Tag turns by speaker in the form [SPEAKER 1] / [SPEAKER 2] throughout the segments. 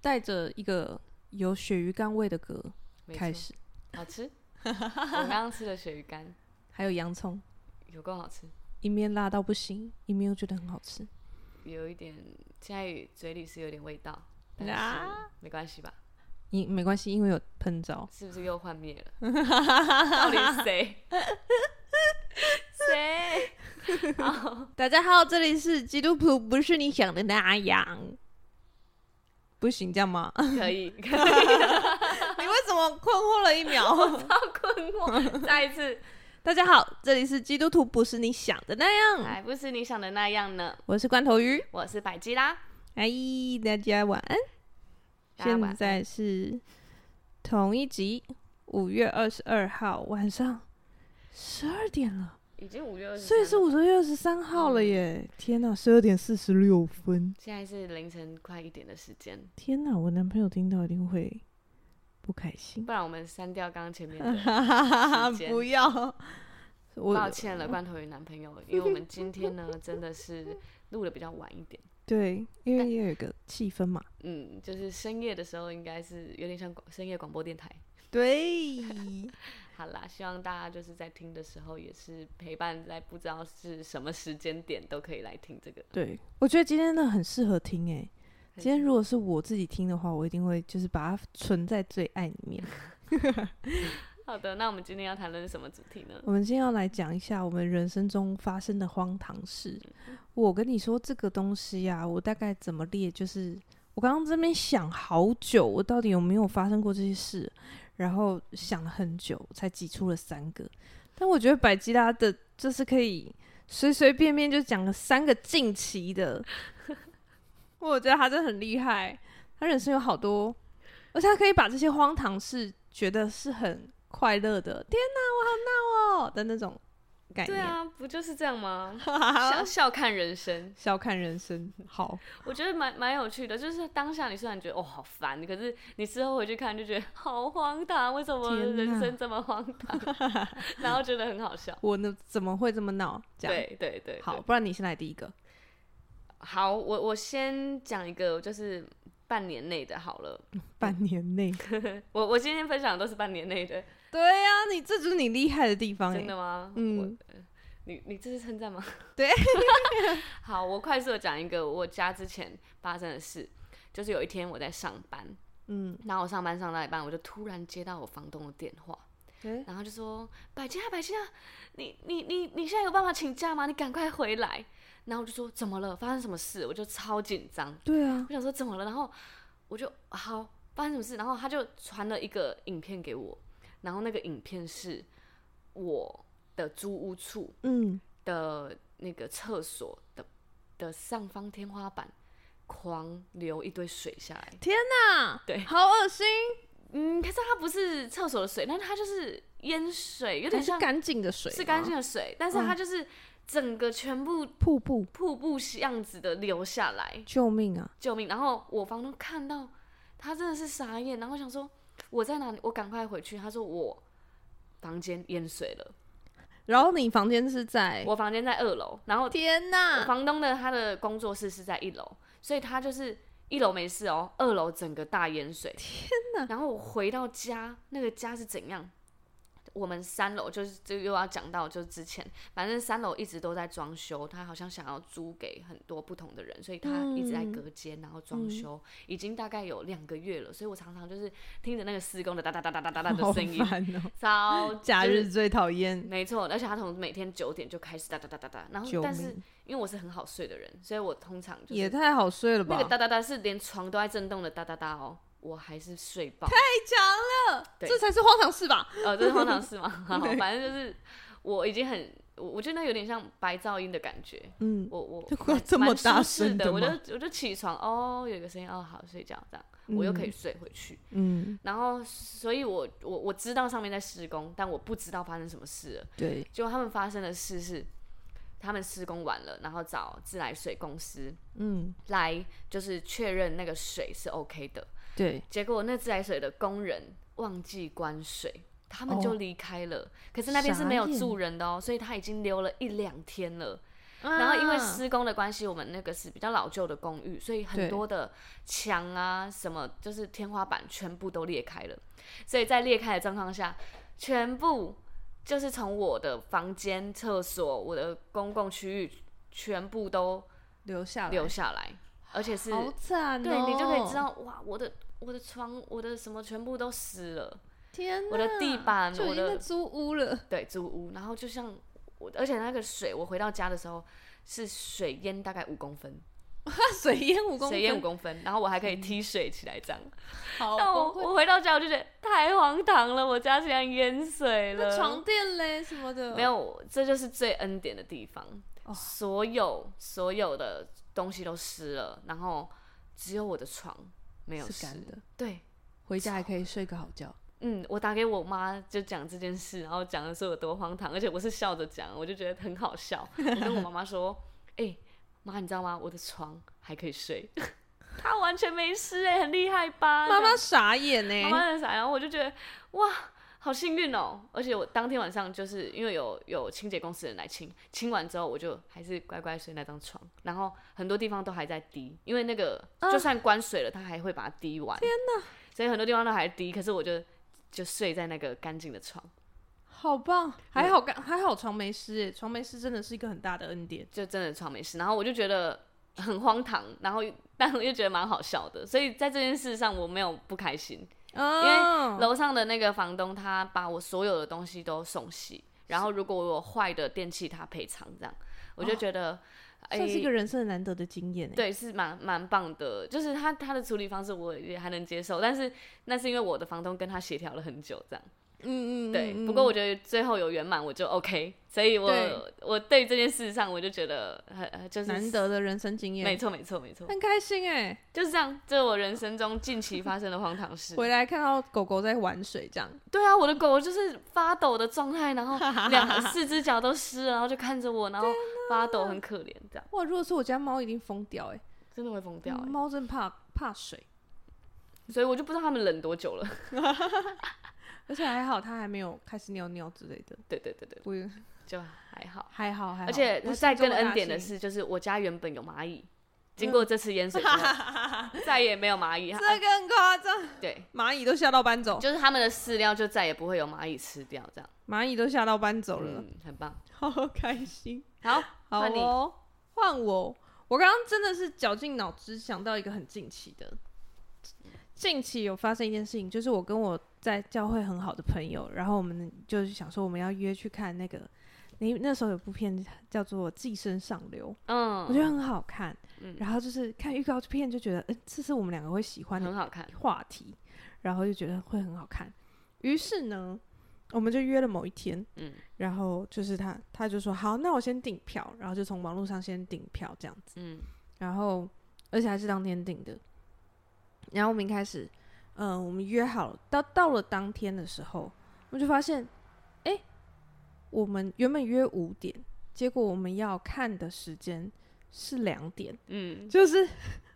[SPEAKER 1] 带着一个有鳕鱼干味的嗝
[SPEAKER 2] 没
[SPEAKER 1] 开
[SPEAKER 2] 错
[SPEAKER 1] 始，
[SPEAKER 2] 好吃。 我刚刚吃了鳕鱼干，
[SPEAKER 1] 还有洋葱，
[SPEAKER 2] 有够好吃，
[SPEAKER 1] 一面辣到不行，一面又觉得很好吃。
[SPEAKER 2] 有一点现在嘴里是有点味道，但是
[SPEAKER 1] 啊
[SPEAKER 2] 没关系吧？
[SPEAKER 1] 因没关系，因为有喷着。
[SPEAKER 2] 是不是又幻 灭了？到底是谁？谁？
[SPEAKER 1] 大家好，这里是基督徒，不是你想的那样。不行，这样 吗？
[SPEAKER 2] 可以，可以，
[SPEAKER 1] 你为什么困惑了一秒？
[SPEAKER 2] 好困惑。再一次，
[SPEAKER 1] 大家好，这里是基督徒，不是你想的那样。
[SPEAKER 2] 还哎不是你想的那样呢。
[SPEAKER 1] 我是罐头鱼。
[SPEAKER 2] 我是百吉啦，
[SPEAKER 1] 哎，大家晚安。
[SPEAKER 2] 大家晚
[SPEAKER 1] 现
[SPEAKER 2] 安
[SPEAKER 1] 在是同一集，五月二十二号晚上十二点了，
[SPEAKER 2] 已经五月二十，嗯
[SPEAKER 1] 所以是五月二十三号了耶！天哪，十二点四十六分！
[SPEAKER 2] 现在是凌晨快一点的时间，
[SPEAKER 1] 天哪，我男朋友听到一定会不开心。
[SPEAKER 2] 不然我们删掉刚刚前面 的。时间
[SPEAKER 1] 不要，我
[SPEAKER 2] 抱歉了，罐头鱼男朋友，因为我们今天 呢真的是录的比较晚一点，
[SPEAKER 1] 对，因为要有个气氛嘛。
[SPEAKER 2] 嗯，就是深夜的时候应该是有点像广深夜广播电台。
[SPEAKER 1] 对，
[SPEAKER 2] 好啦，希望大家就是在听的时候也是陪伴在不知道是什么时间点都可以来听这个。
[SPEAKER 1] 对，我觉得今天真的很适合听哎。
[SPEAKER 2] 很
[SPEAKER 1] 今天如果是我自己听的话，我一定会就是把它存在最爱里面。
[SPEAKER 2] 好的，那我们今天要谈论什么主题呢？
[SPEAKER 1] 我们今天要来讲一下我们人生中发生的荒唐事。我跟你说这个东西呀、我大概怎么列，就是我刚刚这边想好久，我到底有没有发生过这些事，然后想了很久才挤出了三个。但我觉得百吉拉的就是可以随随便便就讲了三个近期的， 我觉得他真的很厉害，他人生有好多，而且他可以把这些荒唐事觉得是很快乐的。天哪，我好闹哦的那种概
[SPEAKER 2] 对
[SPEAKER 1] 念。
[SPEAKER 2] 啊，不就是这 样吗？笑笑看人生，
[SPEAKER 1] 笑看人生，好，
[SPEAKER 2] 我觉得蛮蛮有趣的。就是当下你虽然觉得哦好烦，可是你事后回去看就觉得好荒唐，为什么
[SPEAKER 1] 天哪
[SPEAKER 2] 人生这么荒 唐？然后觉得很好笑。
[SPEAKER 1] 我呢怎么会这么闹？这样
[SPEAKER 2] 对对对，
[SPEAKER 1] 好，不然你先来第一个。
[SPEAKER 2] 好，我我先讲一个，就是半年内的好了。
[SPEAKER 1] 半年内，
[SPEAKER 2] 我我今天分享的都是半年内的，
[SPEAKER 1] 对呀、你这就是你厉害的地方哎、
[SPEAKER 2] 真的吗？我呃
[SPEAKER 1] 嗯，
[SPEAKER 2] 你你这是称赞吗？
[SPEAKER 1] 对。
[SPEAKER 2] 好，我快速的讲一个我家之前发生的事，就是有一天我在上班，
[SPEAKER 1] 嗯，
[SPEAKER 2] 然后我上班上到一半，我就突然接到我房东的电话，
[SPEAKER 1] 诶
[SPEAKER 2] 然后就说：“百佳，百佳，你你你你现在有办法请假吗？你赶快回来。”然后我就说：“怎么了？发生什么事？”我就超紧张，
[SPEAKER 1] 对啊，
[SPEAKER 2] 我想说怎么了，然后我就好发生什么事，然后他就传了一个影片给我，然后那个影片是我的租屋处
[SPEAKER 1] 嗯，
[SPEAKER 2] 的那个厕所的的上方天花板狂流一堆水下来，
[SPEAKER 1] 那
[SPEAKER 2] 对
[SPEAKER 1] 好恶心，
[SPEAKER 2] 嗯，可是它不是厕所的水，但是它就是淹水，有
[SPEAKER 1] 有
[SPEAKER 2] 点像
[SPEAKER 1] 干净的水，嗯
[SPEAKER 2] 是干净，的水，但是它就是整个全部
[SPEAKER 1] 瀑布，
[SPEAKER 2] 瀑布样子的流下来，
[SPEAKER 1] 救命啊！
[SPEAKER 2] 救命！然后我房东看到，他真的是傻眼，然后想说我在哪里，我赶快回去。他说我房间淹水了，
[SPEAKER 1] 然后你房间是在，
[SPEAKER 2] 我房间在二楼，然后
[SPEAKER 1] 天
[SPEAKER 2] 我
[SPEAKER 1] 哪，
[SPEAKER 2] 房东的他的工作室是在一楼，所以他就是一楼没事哦，二楼整个大淹水。天哪！然后我回到家，那个家是怎样？我们三楼就是这又要讲到，就是之前反正三楼一直都在装修，他好像想要租给很多不同的人，所以他一
[SPEAKER 1] 嗯
[SPEAKER 2] 直在隔间，然后装修、已经大概有两个月了，所以我常常就是听着那个施工的哒哒哒哒哒哒哒
[SPEAKER 1] 好
[SPEAKER 2] 的声音，
[SPEAKER 1] 烦 哦、
[SPEAKER 2] 超
[SPEAKER 1] 假
[SPEAKER 2] 就是
[SPEAKER 1] 日最讨厌，
[SPEAKER 2] 没错，而且他从每天九点就开始哒哒哒哒哒，然后
[SPEAKER 1] 救
[SPEAKER 2] 但是
[SPEAKER 1] 命，
[SPEAKER 2] 因为我是很好睡的人，所以我通常就
[SPEAKER 1] 也
[SPEAKER 2] 是
[SPEAKER 1] 太好睡了吧？
[SPEAKER 2] 那个哒哒哒是连床都在震动的哒哒哒哦，我还是睡 爆。
[SPEAKER 1] 太强了，
[SPEAKER 2] 对
[SPEAKER 1] 这才是荒唐事吧？
[SPEAKER 2] 呃，这是荒唐 事吗？好反正就是我已经很，我我觉得那有点像白噪音的感觉。
[SPEAKER 1] 嗯，
[SPEAKER 2] 我我
[SPEAKER 1] 这个
[SPEAKER 2] 蛮
[SPEAKER 1] 这么
[SPEAKER 2] 蛮舒
[SPEAKER 1] 大
[SPEAKER 2] 适
[SPEAKER 1] 声
[SPEAKER 2] 的，
[SPEAKER 1] 的
[SPEAKER 2] 我就
[SPEAKER 1] 吗
[SPEAKER 2] 我就起床哦，有一个声音哦，好睡觉这样，我又可以睡回去。
[SPEAKER 1] 嗯，
[SPEAKER 2] 然后，所以我我我知道上面在施工，但我不知道发生什么事了。
[SPEAKER 1] 对，
[SPEAKER 2] 结果他们发生的事是，他们施工完了，然后找自来水公司
[SPEAKER 1] 嗯，
[SPEAKER 2] 来就是确认那个水是 OK 的。
[SPEAKER 1] 对，
[SPEAKER 2] 结果那自来水的工人忘记关水，他们
[SPEAKER 1] 哦
[SPEAKER 2] 就离开了。可是那边是没有
[SPEAKER 1] 傻眼
[SPEAKER 2] 住人的哦，所以他已经留了一两天了。然后因为
[SPEAKER 1] 啊
[SPEAKER 2] 施工的关系，我们那个是比较老旧的公寓，所以很
[SPEAKER 1] 对
[SPEAKER 2] 多的墙啊什么，就是天花板全部都裂开了。所以在裂开的状况下，全部就是从我的房间、厕所、我的公共区域，全部都
[SPEAKER 1] 留下来，
[SPEAKER 2] 留下来，而且是
[SPEAKER 1] 好惨、哦，
[SPEAKER 2] 对你就可以知，道哇，我的我的床、我的什么全部都湿了，
[SPEAKER 1] 天哪，
[SPEAKER 2] 我的地板、
[SPEAKER 1] 啊
[SPEAKER 2] 啊
[SPEAKER 1] 就
[SPEAKER 2] 我
[SPEAKER 1] 已经在
[SPEAKER 2] 的
[SPEAKER 1] 租屋了，
[SPEAKER 2] 对租屋，然后就像我，而且那个水，我回到家的时候是水淹大概五公分，
[SPEAKER 1] 水淹五公
[SPEAKER 2] 水淹五
[SPEAKER 1] 分嗯哦
[SPEAKER 2] 公分，然后我还可以踢水起来这样。
[SPEAKER 1] 好
[SPEAKER 2] 但我
[SPEAKER 1] 崩溃。
[SPEAKER 2] 我回到家我就觉得太荒唐了，我家竟然淹水了
[SPEAKER 1] 那。床垫嘞什么的，
[SPEAKER 2] 没有，这就是最恩典的地方。
[SPEAKER 1] 哦
[SPEAKER 2] 所有所有的东西都湿了，然后只有我的床没有
[SPEAKER 1] 是
[SPEAKER 2] 湿
[SPEAKER 1] 干。的，
[SPEAKER 2] 对，
[SPEAKER 1] 回家还可以睡个好觉。
[SPEAKER 2] 嗯，我打给我妈就讲这件事，然后讲的时候有多荒唐，而且我是笑着讲，我就觉得很好笑。我跟我妈妈说：“哎、妈，你知道吗？我的床还可以睡， 它完全没湿哎、很厉害吧？”
[SPEAKER 1] 妈妈傻眼欸呢、
[SPEAKER 2] 妈妈很傻，然后我就觉得哇，好幸运哦！而且我当天晚上就是因为有有清洁公司的人来清，清完之后我就还是乖乖睡那张床，然后很多地方都还在滴，因为那个
[SPEAKER 1] 啊
[SPEAKER 2] 就算关水了，它还会把它滴完。嗯天哪！所以很多地方都还滴，可是我就就睡在那个干净的床，
[SPEAKER 1] 好棒，还好干，还好床没湿、欸，床没湿真的是一个很大的恩典。
[SPEAKER 2] 就真的床没事。然后我就觉得很荒唐，然后又 但我又觉得蛮好笑的，所以在这件事上我没有不开心。
[SPEAKER 1] 嗯，
[SPEAKER 2] 楼上的那个房东他把我所有的东西都送洗，然后如果我有坏的电器，他赔偿这样，我就觉得，哎、
[SPEAKER 1] 哦算是一个人生难得的经验、欸。，
[SPEAKER 2] 对，是蛮蛮棒的，就是他他的处理方式我也还能接受，但是那是因为我的房东跟他协调了很久这样，
[SPEAKER 1] 嗯嗯，
[SPEAKER 2] 对，
[SPEAKER 1] 嗯
[SPEAKER 2] 不过我
[SPEAKER 1] 嗯
[SPEAKER 2] 觉得最后有圆满我就 OK，所以我
[SPEAKER 1] 对
[SPEAKER 2] 我对于这件事上我就觉得很很就是
[SPEAKER 1] 难得的人生经验，
[SPEAKER 2] 没错没错没错，
[SPEAKER 1] 很开心哎、
[SPEAKER 2] 就是这样，这是我人生中近期发生的荒唐事。
[SPEAKER 1] 回来看到狗狗在玩水，这样
[SPEAKER 2] 对啊，我的狗就是发抖的状态，然后两四只脚都湿了，然后就看着我，然后发抖，很可怜，这样
[SPEAKER 1] 哇！如果是我家猫，一定疯掉哎、
[SPEAKER 2] 真的会疯掉、
[SPEAKER 1] 欸，
[SPEAKER 2] 欸。
[SPEAKER 1] 猫真怕怕水，
[SPEAKER 2] 所以我就不知道他们冷多久了。
[SPEAKER 1] 而且还好它还没有开始尿尿之类的，
[SPEAKER 2] 对对对对，
[SPEAKER 1] 不
[SPEAKER 2] 就还好。
[SPEAKER 1] 还好还好。
[SPEAKER 2] 而且
[SPEAKER 1] 不是
[SPEAKER 2] 再更
[SPEAKER 1] 这么大
[SPEAKER 2] 恩典的
[SPEAKER 1] 幸
[SPEAKER 2] 是，就是我家原本有蚂蚁，经过这次淹水之后， 再也没有蚂蚁。
[SPEAKER 1] 运，这更夸张，
[SPEAKER 2] 对，
[SPEAKER 1] 蚂蚁都吓到搬走，
[SPEAKER 2] 就是他们的饲料就再也不会有蚂蚁吃掉，这样
[SPEAKER 1] 蚂蚁都吓到搬走了，
[SPEAKER 2] 嗯，很棒。
[SPEAKER 1] 好开心。
[SPEAKER 2] 好，
[SPEAKER 1] 好
[SPEAKER 2] 换你
[SPEAKER 1] 哦，换我。我刚刚真的是绞尽脑汁想到一个很近期的，近期有发生一件事情，就是我跟我在教会很好的朋友，然后我们就是想说我们要约去看那个，你那时候有部片叫做《寄生上流》，我觉
[SPEAKER 2] 嗯，
[SPEAKER 1] 得很好看，
[SPEAKER 2] 嗯
[SPEAKER 1] 然后就是看预告片就觉得，嗯，这是我们两个会喜欢的
[SPEAKER 2] 很好看。
[SPEAKER 1] 话题，然后就觉得会很好看。于是呢，我们就约了某一天，
[SPEAKER 2] 嗯
[SPEAKER 1] 然后就是他他就说好，那我先订票，然后就从网络上先订票这样子，
[SPEAKER 2] 嗯
[SPEAKER 1] 然后而且还是当天订的。然后我们一开始，嗯、我们约好了，到到了当天的时候，我们就发现，哎，我们原本约五点，结果我们要看的时间是两点，
[SPEAKER 2] 嗯，
[SPEAKER 1] 就是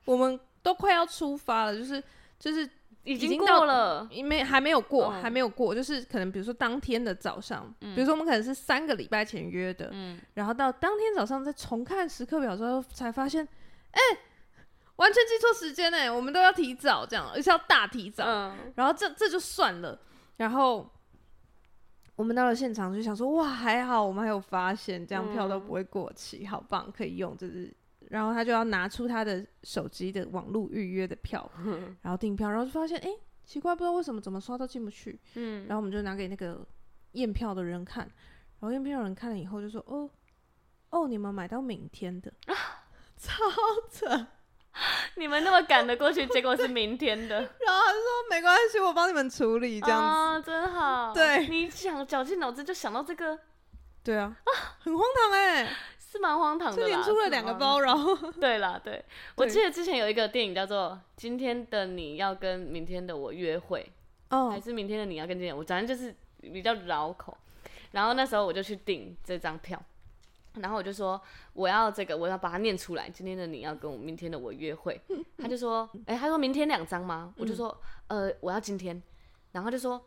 [SPEAKER 1] 我们都快要出发了，就是就是
[SPEAKER 2] 已
[SPEAKER 1] 已
[SPEAKER 2] 经
[SPEAKER 1] 经
[SPEAKER 2] 过
[SPEAKER 1] 到
[SPEAKER 2] 了。
[SPEAKER 1] 因为还没有过，
[SPEAKER 2] 嗯
[SPEAKER 1] 还没有过，就是可能比如说当天的早上，比如说我们可能是三个礼拜前约的，
[SPEAKER 2] 嗯，
[SPEAKER 1] 然后到当天早上再重看时刻表之后，才发现，哎、完全记错时间呢、我们都要提早这样，而且要大提早，
[SPEAKER 2] 嗯，
[SPEAKER 1] 然后这这就算了，然后我们到了现场就想说，哇，还好我们还有发现，这样票都不会过期，好棒，可以用，就是。然后他就要拿出他的手机的网络预约的 票，然后订票，然后就发现，哎、奇怪，不知道为什么怎么刷都进不去。嗯，然后我们就拿给那个验票的人看，然后验票的人看了以后就说，哦，哦，你们买到明天的，超扯。
[SPEAKER 2] 你们那么赶的过去，结果是明天的，
[SPEAKER 1] 然后他就说没关系，我帮你们处理这样子。
[SPEAKER 2] 啊，真好。
[SPEAKER 1] 对
[SPEAKER 2] 你想绞尽脑汁就想到这个，
[SPEAKER 1] 对啊，很荒唐哎、
[SPEAKER 2] 是蛮荒唐
[SPEAKER 1] 就
[SPEAKER 2] 的
[SPEAKER 1] 连
[SPEAKER 2] 啦。
[SPEAKER 1] 出了
[SPEAKER 2] 是
[SPEAKER 1] 两个
[SPEAKER 2] 蛮
[SPEAKER 1] 包，
[SPEAKER 2] 荒
[SPEAKER 1] 然后
[SPEAKER 2] 唐。对啦，对，我
[SPEAKER 1] 对
[SPEAKER 2] 记得之前有一个电影叫做《今天的你要跟明天的我约会》，还
[SPEAKER 1] 哦，
[SPEAKER 2] 是《明天的你要跟今天》，我反正就是比较绕口。然后那时候我就去订这张票，然后我就说我要这个，我要把它念出来。今天的你要跟我明天的我约会，他就说，哎、他说明天两张吗？
[SPEAKER 1] 嗯
[SPEAKER 2] 我就说，呃，我要今天。然后他就说，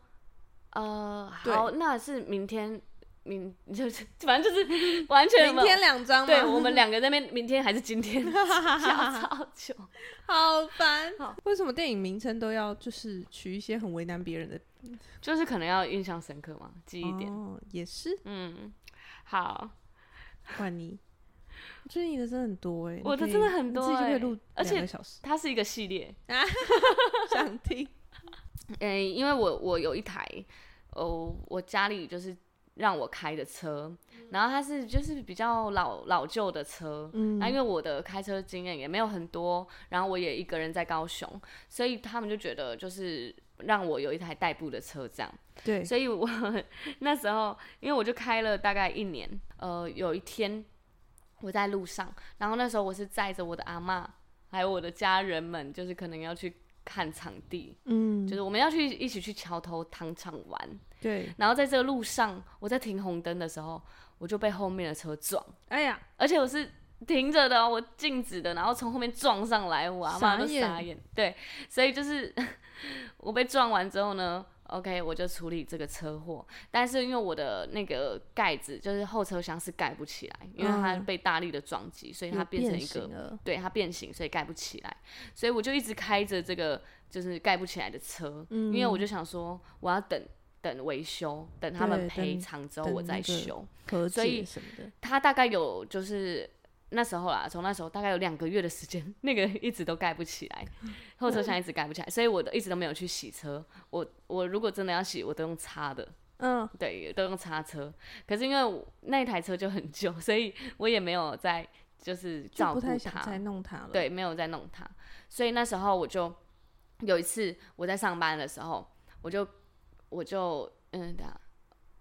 [SPEAKER 2] 呃，
[SPEAKER 1] 对
[SPEAKER 2] 好，那是明天明就是反正就是完全
[SPEAKER 1] 明天两张吗？
[SPEAKER 2] 对我们两个在那边，明天还是今天想超久。
[SPEAKER 1] 好烦
[SPEAKER 2] 好。
[SPEAKER 1] 为什么电影名称都要就是取一些很为难别人的
[SPEAKER 2] 就是可能要印象深刻嘛，记忆点。
[SPEAKER 1] 哦，也是
[SPEAKER 2] 嗯，好，
[SPEAKER 1] 换你。我觉得你的真的很多哎、
[SPEAKER 2] 我的
[SPEAKER 1] 你可以
[SPEAKER 2] 真的很多
[SPEAKER 1] 你自己就可
[SPEAKER 2] 欸
[SPEAKER 1] 以录
[SPEAKER 2] 而且。
[SPEAKER 1] 两个小时
[SPEAKER 2] 它是一个系列。
[SPEAKER 1] 想 听
[SPEAKER 2] 嗯、因为我我有一台，哦，我家里就是让我开的车，然后它是就是比较老老旧的车，嗯，那、因为我的开车经验也没有很多，然后我也一个人在高雄，所以他们就觉得就是让我有一台代步的车这样。
[SPEAKER 1] 对，
[SPEAKER 2] 所以我 那时候，因为我就开了大概一年，呃，有一天我在路上，然后那时候我是载着我的阿嬷，还有我的家人们，就是可能要去看场地，
[SPEAKER 1] 嗯，
[SPEAKER 2] 就是我们要去一起去桥头糖厂玩。
[SPEAKER 1] 对，
[SPEAKER 2] 然后在这个路上，我在停红灯的时候，我就被后面的车撞，
[SPEAKER 1] 哎呀，
[SPEAKER 2] 而且我是停着的、哦，我静止的，然后从后面撞上来，我阿
[SPEAKER 1] 傻
[SPEAKER 2] 妈都
[SPEAKER 1] 眼
[SPEAKER 2] 傻眼。对，所以就是 我被撞完之后呢，OK，我就处理这个车祸。但是因为我的那个盖子，就是后车厢是盖不起来，因为它
[SPEAKER 1] 嗯
[SPEAKER 2] 被大力的撞击，所以它
[SPEAKER 1] 有
[SPEAKER 2] 变成一
[SPEAKER 1] 形
[SPEAKER 2] 个。
[SPEAKER 1] 了，
[SPEAKER 2] 对它变形，所以盖不起来，所以我就一直开着这个就是盖不起来的车，因为我
[SPEAKER 1] 嗯
[SPEAKER 2] 就想说我要等等维修，等他们
[SPEAKER 1] 对
[SPEAKER 2] 赔
[SPEAKER 1] 等
[SPEAKER 2] 偿之后
[SPEAKER 1] 等
[SPEAKER 2] 我再
[SPEAKER 1] 那个
[SPEAKER 2] 修。
[SPEAKER 1] 和
[SPEAKER 2] 所以
[SPEAKER 1] 解什么的，
[SPEAKER 2] 他大概有就是那时候啦，从那时候大概有两个月的时间， 那个一直都盖不起来，后车厢一直盖不起来，所以我都一直都没有去洗车。我我如果真的要洗，我都用擦的，
[SPEAKER 1] 嗯，
[SPEAKER 2] 对，都用擦车。可是因为我那一台车就很旧，所以我也没有在就是
[SPEAKER 1] 就
[SPEAKER 2] 照
[SPEAKER 1] 不
[SPEAKER 2] 顾
[SPEAKER 1] 太想
[SPEAKER 2] 它
[SPEAKER 1] 再，弄它了。，
[SPEAKER 2] 对，没有在弄它。所以那时候我就有一次我在上班的时候，我就我就嗯，等一下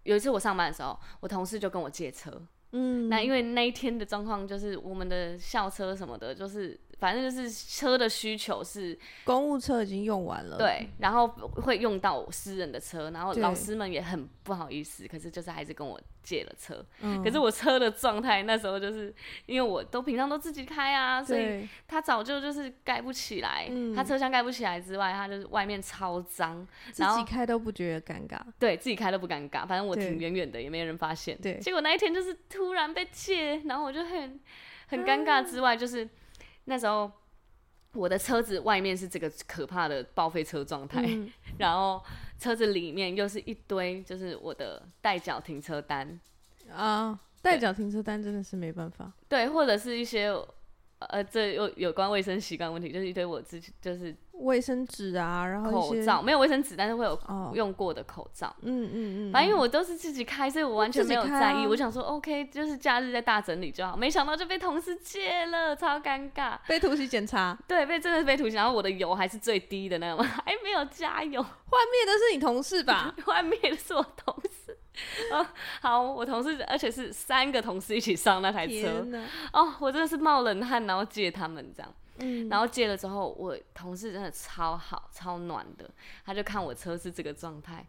[SPEAKER 2] 有一次我上班的时候，我同事就跟我借车，
[SPEAKER 1] 嗯，
[SPEAKER 2] 那因为那一天的状况就是我们的校车什么的，就是反正就是车的需求是
[SPEAKER 1] 公务车已经用完了，，
[SPEAKER 2] 对，然后会用到私人的车，然后
[SPEAKER 1] 呃对
[SPEAKER 2] 老师们也很不好意思，可是就是还是跟我借了车。
[SPEAKER 1] 嗯
[SPEAKER 2] 可是我车的状态那时候就是因为我都平常都自己开啊，所以
[SPEAKER 1] 对，
[SPEAKER 2] 它早就就是盖不起来，
[SPEAKER 1] 嗯
[SPEAKER 2] 它车厢盖不起来之外，它就是外面超脏，
[SPEAKER 1] 自
[SPEAKER 2] 然
[SPEAKER 1] 己
[SPEAKER 2] 后
[SPEAKER 1] 开都不觉得尴尬，
[SPEAKER 2] 对自己开都不尴尬，反正我
[SPEAKER 1] 对
[SPEAKER 2] 挺远远的，也没人发现。
[SPEAKER 1] 对
[SPEAKER 2] 结果那一天就是突然被借，然后我就很很尴
[SPEAKER 1] 啊
[SPEAKER 2] 尬。之外，就是那时候我的车子外面是这个可怕的报废车状态，
[SPEAKER 1] 嗯，
[SPEAKER 2] 然后车子里面又是一堆就是我的代缴停车单，
[SPEAKER 1] 啊，代缴停车单真的是没办法，
[SPEAKER 2] 对，或者是一些呃，这有有关卫生习惯问题，就是一堆我自己就是
[SPEAKER 1] 卫生纸啊，然后一
[SPEAKER 2] 口
[SPEAKER 1] 些
[SPEAKER 2] 罩，没有卫生纸，但是会有
[SPEAKER 1] 哦，
[SPEAKER 2] 用过的口罩。
[SPEAKER 1] 嗯嗯嗯，
[SPEAKER 2] 反正因为我都是自己开，所以我完全没有在
[SPEAKER 1] 自己
[SPEAKER 2] 意。
[SPEAKER 1] 开啊
[SPEAKER 2] 我想说，OK，就是哦假日在大整理就好。没想到就被同事借了，超尴尬。
[SPEAKER 1] 被突袭检查，
[SPEAKER 2] 对，被真的是被突袭，然后我的油还是最低的那种， 还没有加油。
[SPEAKER 1] 幻灭的是你同事吧？
[SPEAKER 2] 外面的是我同事，哦，好，我同事，而且是三个同事一起上那台车
[SPEAKER 1] 天。哪，
[SPEAKER 2] 哦，我真的是冒冷汗，然后借他们这样。
[SPEAKER 1] 嗯，
[SPEAKER 2] 然后借了之后，我同事真的超好、超暖的，他就看我车是这个状态，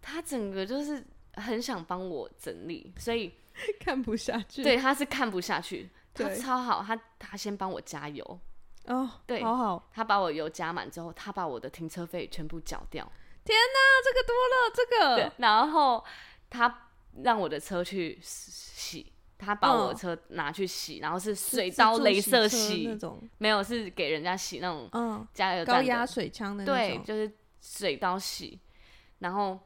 [SPEAKER 2] 他整个就是很想帮我整理，所以
[SPEAKER 1] 看不下去，
[SPEAKER 2] 对，他是看不下去，他
[SPEAKER 1] 对
[SPEAKER 2] 超好，他他先帮我加油，
[SPEAKER 1] 哦，
[SPEAKER 2] 对
[SPEAKER 1] 好好，
[SPEAKER 2] 他把我油加满之后，他把我的停车费全部缴掉，
[SPEAKER 1] 那这个多了，这个
[SPEAKER 2] 对，然后他让我的车去洗，他把我的
[SPEAKER 1] 嗯
[SPEAKER 2] 车拿去洗，然后是
[SPEAKER 1] 是
[SPEAKER 2] 水
[SPEAKER 1] 自
[SPEAKER 2] 刀、
[SPEAKER 1] 助
[SPEAKER 2] 镭
[SPEAKER 1] 洗
[SPEAKER 2] 射
[SPEAKER 1] 车那
[SPEAKER 2] 洗，
[SPEAKER 1] 种，
[SPEAKER 2] 没有是给人家洗那种
[SPEAKER 1] 嗯，
[SPEAKER 2] 加油
[SPEAKER 1] 高
[SPEAKER 2] 站
[SPEAKER 1] 压
[SPEAKER 2] 的，
[SPEAKER 1] 水枪的那
[SPEAKER 2] 对，
[SPEAKER 1] 种，
[SPEAKER 2] 就是水刀洗，然后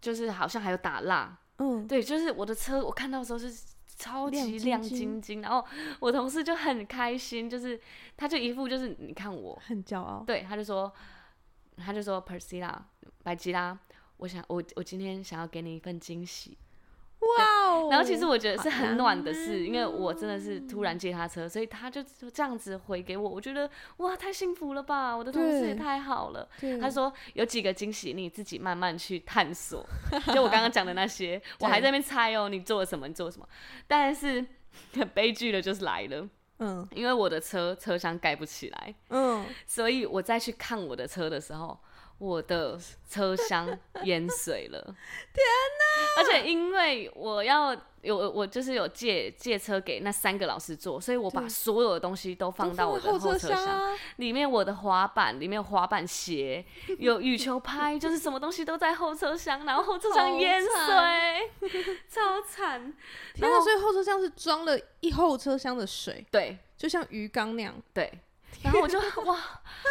[SPEAKER 2] 就是好像还有打蜡，
[SPEAKER 1] 嗯，
[SPEAKER 2] 对，就是我的车，我看到的时候是超
[SPEAKER 1] 亮
[SPEAKER 2] 级
[SPEAKER 1] 晶
[SPEAKER 2] 亮
[SPEAKER 1] 晶
[SPEAKER 2] 晶晶，然后我同事就很开心，就是他就一副就是你看我，
[SPEAKER 1] 很骄傲，
[SPEAKER 2] 对，他就说，他就说 Persila 白吉拉，我想我我今天想要给你一份惊喜，
[SPEAKER 1] 哇哦，
[SPEAKER 2] 然后其实我觉得是
[SPEAKER 1] 好
[SPEAKER 2] 很
[SPEAKER 1] 浪
[SPEAKER 2] 暖的事，因为我真的
[SPEAKER 1] 啊
[SPEAKER 2] 是突然借他车，所以他就就这样子回给我，我觉得哇太幸福了吧，我的同事
[SPEAKER 1] 对
[SPEAKER 2] 也太好了。
[SPEAKER 1] 对
[SPEAKER 2] 他说有几个惊喜，你自己慢慢去探 索。就我刚刚讲的那些，我还在那边猜哦，你做了什么？你做了什么？但是很悲剧的就是来了，
[SPEAKER 1] 嗯
[SPEAKER 2] 因为我的车车厢盖不起来，
[SPEAKER 1] 嗯，
[SPEAKER 2] 所以我再去看我的车的时候，我的车厢淹水了。 天哪！而且因为我要有我就是有借借车给那三个老师坐，所以我把
[SPEAKER 1] 对
[SPEAKER 2] 所有的东西都放到我的
[SPEAKER 1] 后
[SPEAKER 2] 后车
[SPEAKER 1] 厢
[SPEAKER 2] 厢。
[SPEAKER 1] 啊，
[SPEAKER 2] 里面我的滑板，里面有滑板鞋，有羽球拍，就是什么东西都在后车厢，然后后车厢
[SPEAKER 1] 好
[SPEAKER 2] 淹
[SPEAKER 1] 惨
[SPEAKER 2] 水，超惨。
[SPEAKER 1] 天
[SPEAKER 2] 然
[SPEAKER 1] 啊！
[SPEAKER 2] 后
[SPEAKER 1] 所以后车厢是装了一后车厢的水，
[SPEAKER 2] 对
[SPEAKER 1] 就像鱼缸那样。
[SPEAKER 2] 对，然后我就哇，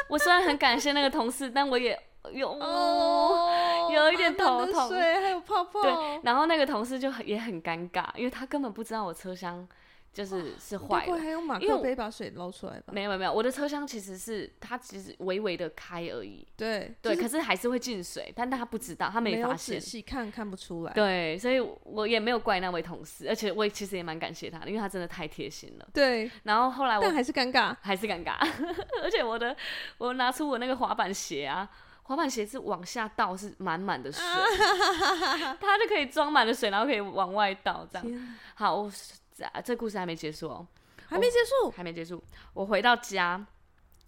[SPEAKER 2] 我虽然很感谢那个同事，但我也有、
[SPEAKER 1] 哦
[SPEAKER 2] 有一点
[SPEAKER 1] 满
[SPEAKER 2] 头
[SPEAKER 1] 满的
[SPEAKER 2] 痛
[SPEAKER 1] 水还有泡泡。
[SPEAKER 2] 对，然后那个同事就很也很尴尬，因为他根本不知道我车厢就是是坏
[SPEAKER 1] 该不会
[SPEAKER 2] 了。
[SPEAKER 1] 还用马
[SPEAKER 2] 因为
[SPEAKER 1] 克
[SPEAKER 2] 我
[SPEAKER 1] 杯把水捞出来吧？
[SPEAKER 2] 没有没有没有，我的车厢其实是它其实微微的开而已，
[SPEAKER 1] 对
[SPEAKER 2] 对，
[SPEAKER 1] 就是
[SPEAKER 2] 可是还是会进水，但他不知道，他
[SPEAKER 1] 没
[SPEAKER 2] 没
[SPEAKER 1] 有
[SPEAKER 2] 发现
[SPEAKER 1] 仔，细看看不出来。
[SPEAKER 2] 对，所以我也没有怪那位同事，而且我也其实也蛮感谢他的，因为他真的太贴心了。
[SPEAKER 1] 对，
[SPEAKER 2] 然后后来
[SPEAKER 1] 但
[SPEAKER 2] 我
[SPEAKER 1] 还是尴尬。
[SPEAKER 2] 还是尴尬， 而且我的我拿出我那个滑板鞋啊，滑板鞋是往下倒是满 满的水，它就可以装满了水，然后可以往外倒这样。
[SPEAKER 1] 天啊
[SPEAKER 2] 好，我这这故事还没结束哦，
[SPEAKER 1] 还没结束，
[SPEAKER 2] 还没结束。我回到家，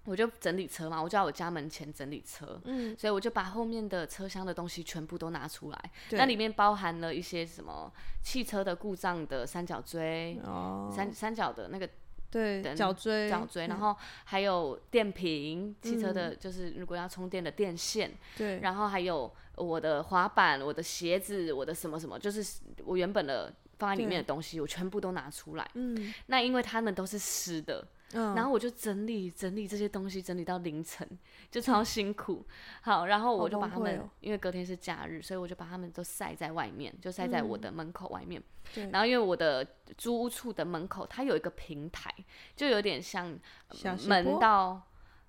[SPEAKER 2] 我就整理车嘛，我就在我家门前整理车，
[SPEAKER 1] 嗯，
[SPEAKER 2] 所以我就把后面的车厢的东西全部都拿出来。
[SPEAKER 1] 对
[SPEAKER 2] 那里面包含了一些什么汽车的故障的三角锥、
[SPEAKER 1] 哦，
[SPEAKER 2] 三三角的那个
[SPEAKER 1] 对
[SPEAKER 2] 等
[SPEAKER 1] 角嗯锥
[SPEAKER 2] 角锥，然后还有电瓶、汽车的，就是如果要充电的电线，
[SPEAKER 1] 嗯对，
[SPEAKER 2] 然后还有我的滑板、我的鞋子、我的什么什么，就是我原本的放在里面的东西，我全部都拿出来。
[SPEAKER 1] 嗯
[SPEAKER 2] 那因为它们都是湿的，
[SPEAKER 1] 嗯，
[SPEAKER 2] 然后我就整理整理这些东西，整理到凌晨，就超辛苦。好，然后我
[SPEAKER 1] 好
[SPEAKER 2] 就把
[SPEAKER 1] 崩
[SPEAKER 2] 它们，
[SPEAKER 1] 溃哦
[SPEAKER 2] 因为隔天是假日，所以我就把它们都晒在外面，就晒在我的门口外面。
[SPEAKER 1] 嗯对
[SPEAKER 2] 然后因为我的租屋处的门口，它有一个平台，就有点像
[SPEAKER 1] 小斜
[SPEAKER 2] 门
[SPEAKER 1] 坡
[SPEAKER 2] 到。